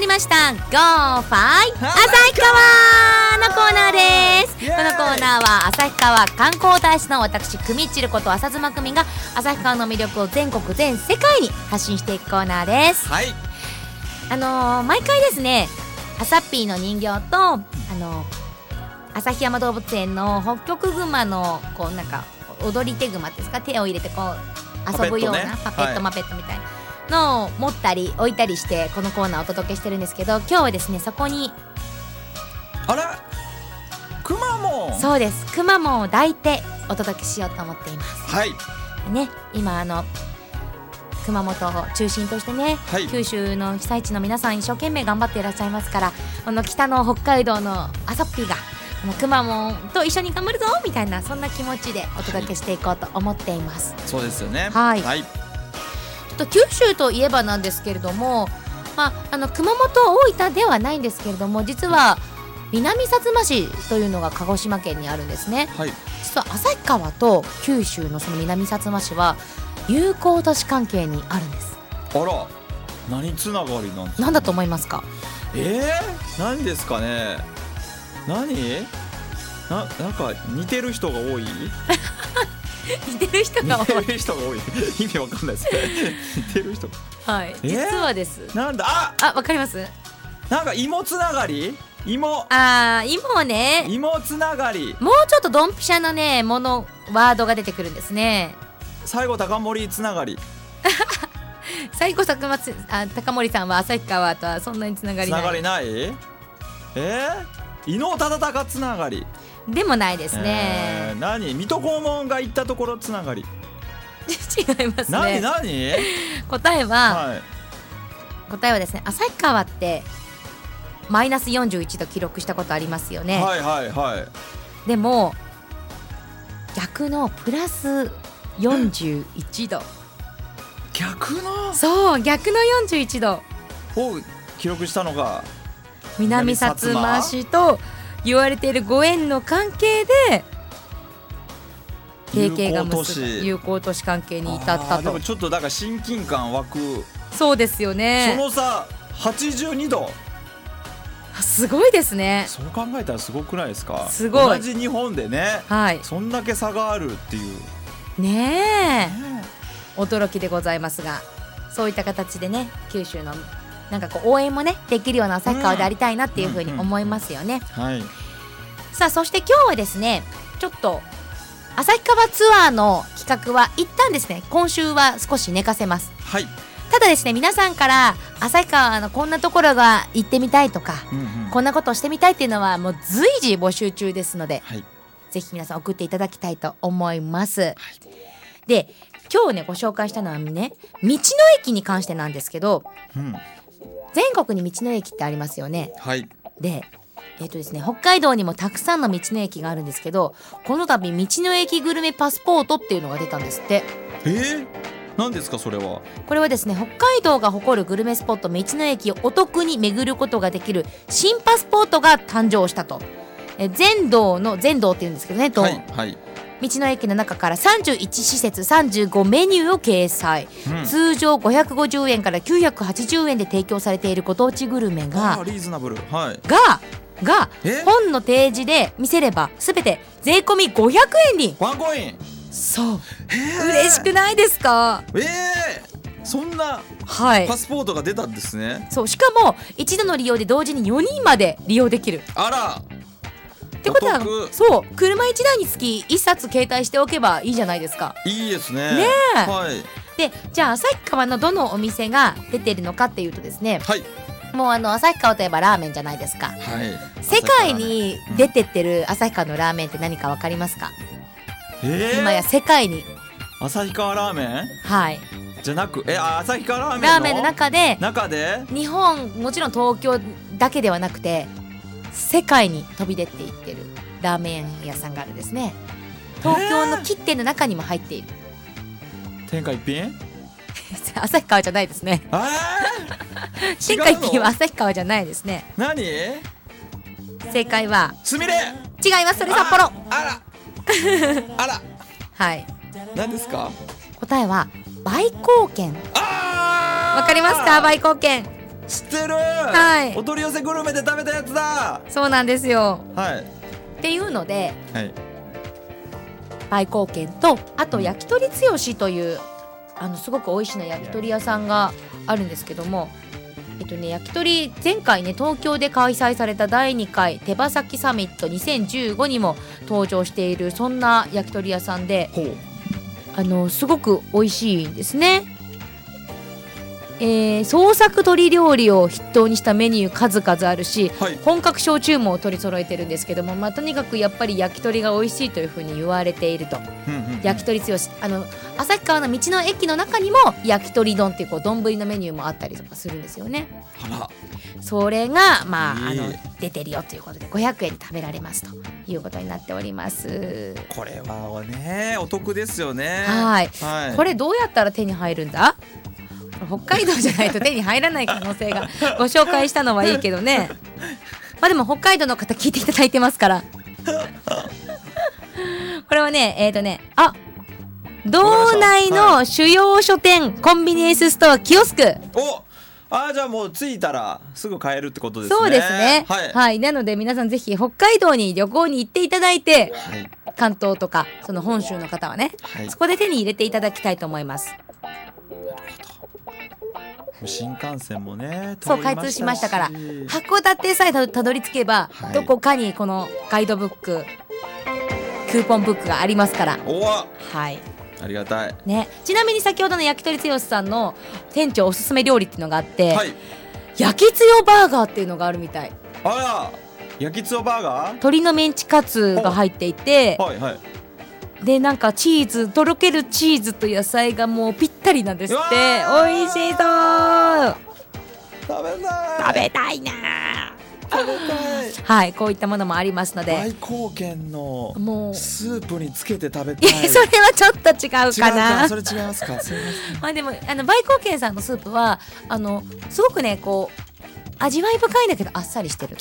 りました「GO! ファイ!」旭川のコーナーですイエこーのイコーナーは旭川観光大使の私くみっちること浅妻久美が旭川の魅力を全国全世界に発信していくコーナーですはいあのー毎回ですねアサッピーの人形とあのー旭山動物園のホッキョクグマのこうなんか踊り手グマですか手を入れてこう遊ぶようなパパペペットットねマペットみたいなのを持ったり置いたりしてこのコーナーをお届けしてるんですけど今日はですねそこにあらくまモンそうですくまモンを抱いてお届けしようと思っていますはいね今あの熊本を中心としてね、はい九州の被災地の皆さん一生懸命頑張っていらっしゃいますからこの北の北海道のアサッピーがこのくまモンと一緒に頑張るぞみたいなそんな気持ちでお届けしていこうと思っています、そうですよねはいはいちょっと九州といえばなんですけれども、まあ、あの熊本大分ではないんですけれども実は南薩摩市というのが鹿児島県にあるんですねはい実は旭川と九州のその南薩摩市は友好都市関係にあるんですあら何つながりなんですかなんだと思います かえー、何ですかね何ななんか似てる人 が多い似てる人似てる人が多い 意味わかんないですね 似てる人がはいえ実はですなんだああわかりますなんか芋つながり芋あー今ね芋つながりもうちょっとドンピシャなねものワードが出てくるんですね最後高森つながり最後佐久間つあ高森さんは旭川とはそんなにつながつりなないがりないえー、伊能忠敬つながりでもないですえねー、何水戸黄門が行ったところつながり 違います何ね何、答えははい答えはですね旭川ってマイナス41度記録したことありますよね、はいはいはいでも逆のプラス41度 逆のそう逆の41度を記録したのが南薩南薩摩摩市と言われているご縁の関係で提携が結ぶ友好都市友好都市関係に至っあたーでともちょっとだから親近感湧く、そうですよそねのさ82度すごいですねそう考えたらすごくないですかすごい同じ日本でねはいそんだけ差があるっていう、ねえ驚きでございますがそういった形でね九州のなんかこう応援もねできるようなサッカーでありたいなっていうふうに思いますよね、はいさあそして今日はですねちょっと旭川ツアーの企画は一旦ですね今週は少し寝かせますはい、ただですね皆さんから旭川のこんなところが行ってみたいとかうんうんこんなことをしてみたいっていうのはもう随時募集中ですのではいぜひ皆さん送っていただきたいと思います。で今日ねご紹介したのはね道の駅に関してなんですけどうん全国に道の駅ってありますよね。はいでえっ、とですね北海道にもたくさんの道の駅があるんですけどこの度道の駅グルメパスポートっていうのが出たんですってえー、何ですかそれはこれはですね北海道が誇るグルメスポット道の駅をお得に巡ることができる新パスポートが誕生したと。え全道の全道っていうんですけどね、道はいはい、道の駅の中から31施設35メニューを掲載、うん通常550円から980円で提供されているご当地グルメあがーリーズナブルはいががえ本の提示で見せればすべて税込み500円にワンコインそう嬉しくないですかえー、そんなはいパスポートが出たんですねそうしかも一度の利用で同時に4人まで利用できるっあらてことはお得そう車1台につき1冊携帯しておけばいいじゃないですかいいですねねえはいでじゃあ旭川のどのお店が出てるのかっていうとですねはいもうあの旭川といえばラーメンじゃないですかはい世界に出て、てってる旭川のラーメンって何かわかりますか、うんえー、今や世界に旭川ラーメンはいじゃなくえあ旭川ラーメンのラーメンの中で中で日本もちろん東京だけではなくて世界に飛び出ていってるラーメン屋さんがあるんですね東京の切手の中にも入っている 天下一品旭川じゃないです ねえー、天違うの下一品は旭川じゃないですね何正解はすみれ違いますそれ札幌あらあらはい何ですか答えは売貢券あーわかりますか売貢券知ってる、はいお取り寄せグルメで食べたやつだそうなんですよはいっていうのではい愛貢献とあと焼き鳥つよしというあのすごく美味しな焼き鳥屋さんがあるんですけどもえっとね焼き鳥前回ね東京で開催された第2回手羽先サミット2015にも登場しているそんな焼き鳥屋さんでほうあのすごく美味しいんですね。えー創作鶏料理を筆頭にしたメニュー数々あるしはい本格焼酎も取り揃えてるんですけども、まあ、とにかくやっぱり焼き鳥が美味しいというふうに言われているとうんうんうん焼き鳥強しあの旭川の道の駅の中にも焼き鳥丼っていうこう丼のメニューもあったりとかするんですよねあらそれがまああいいの出てるよということで500円で食べられますということになっておりますこれはねお得ですよねはいはいこれどうやったら手に入るんだこれ北海道じゃないと手に入らない可能性 がご紹介したのはいいけどねまあでも北海道の方聞いていただいてますからこれはねえっ、ー、とねあ道内の主要書店、コンビニエンスストアキオスクおあーじゃあもう着いたらすぐ買えるってことですねそうですねはい、なので皆さんぜひ北海道に旅行に行っていただいてはい関東とかその本州の方はねはいそこで手に入れていただきたいと思います新幹線もねそう通り開通しましたからし函館さえたたどり着けば、はいどこかにこのガイドブッククーポンブックがありますからおわはいありがたいねちなみに先ほどの焼き鳥つよしさんの店長おすすめ料理っていうのがあって、はい焼きつよバーガーっていうのがあるみたいあら焼きつおバーガー鶏のメンチカツが入っていてはいはいでなんかチーズとろけるチーズと野菜がもうぴったりなんですってうわー美味しそう食べた食いべたいな食べたいはいこういったものもありますの大で貢献のも うスープにつけて食べいたやいそれはちょっと違うかな違うそれ違いますかすいませんまあでもあのバイコーケンさんのスープはあのすごくねこう味わい深いんだけどあっさりしてる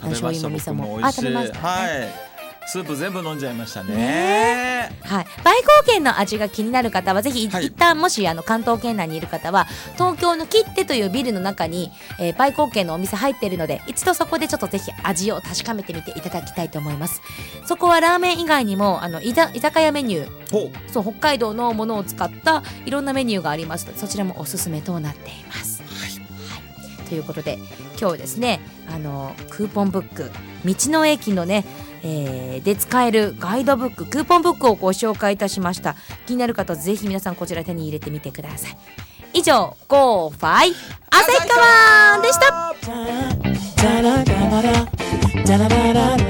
食べまし醤油もた味噌僕もも美味しいあ食べましたはいスープ全部飲んじゃいましたねねはいバイコーケンの味が気になる方はぜひ、はい一旦もしあの関東圏内にいる方は東京の切手というビルの中に、えー、バイコーケンのお店入ってるので一度そこでちょっとぜひ味を確かめてみていただきたいと思いますそこはラーメン以外にもあのいざ居酒屋メニューほうそう北海道のものを使ったいろんなメニューがありますのでそちらもおすすめとなっています。はいということで今日ですねあのクーポンブック道の駅のね、えーで使えるガイドブッククーポンブックをご紹介いたしました気になる方ぜひ皆さんこちら手に入れてみてください以上「ゴーファイ旭川」でした Da da da da da da da da da da.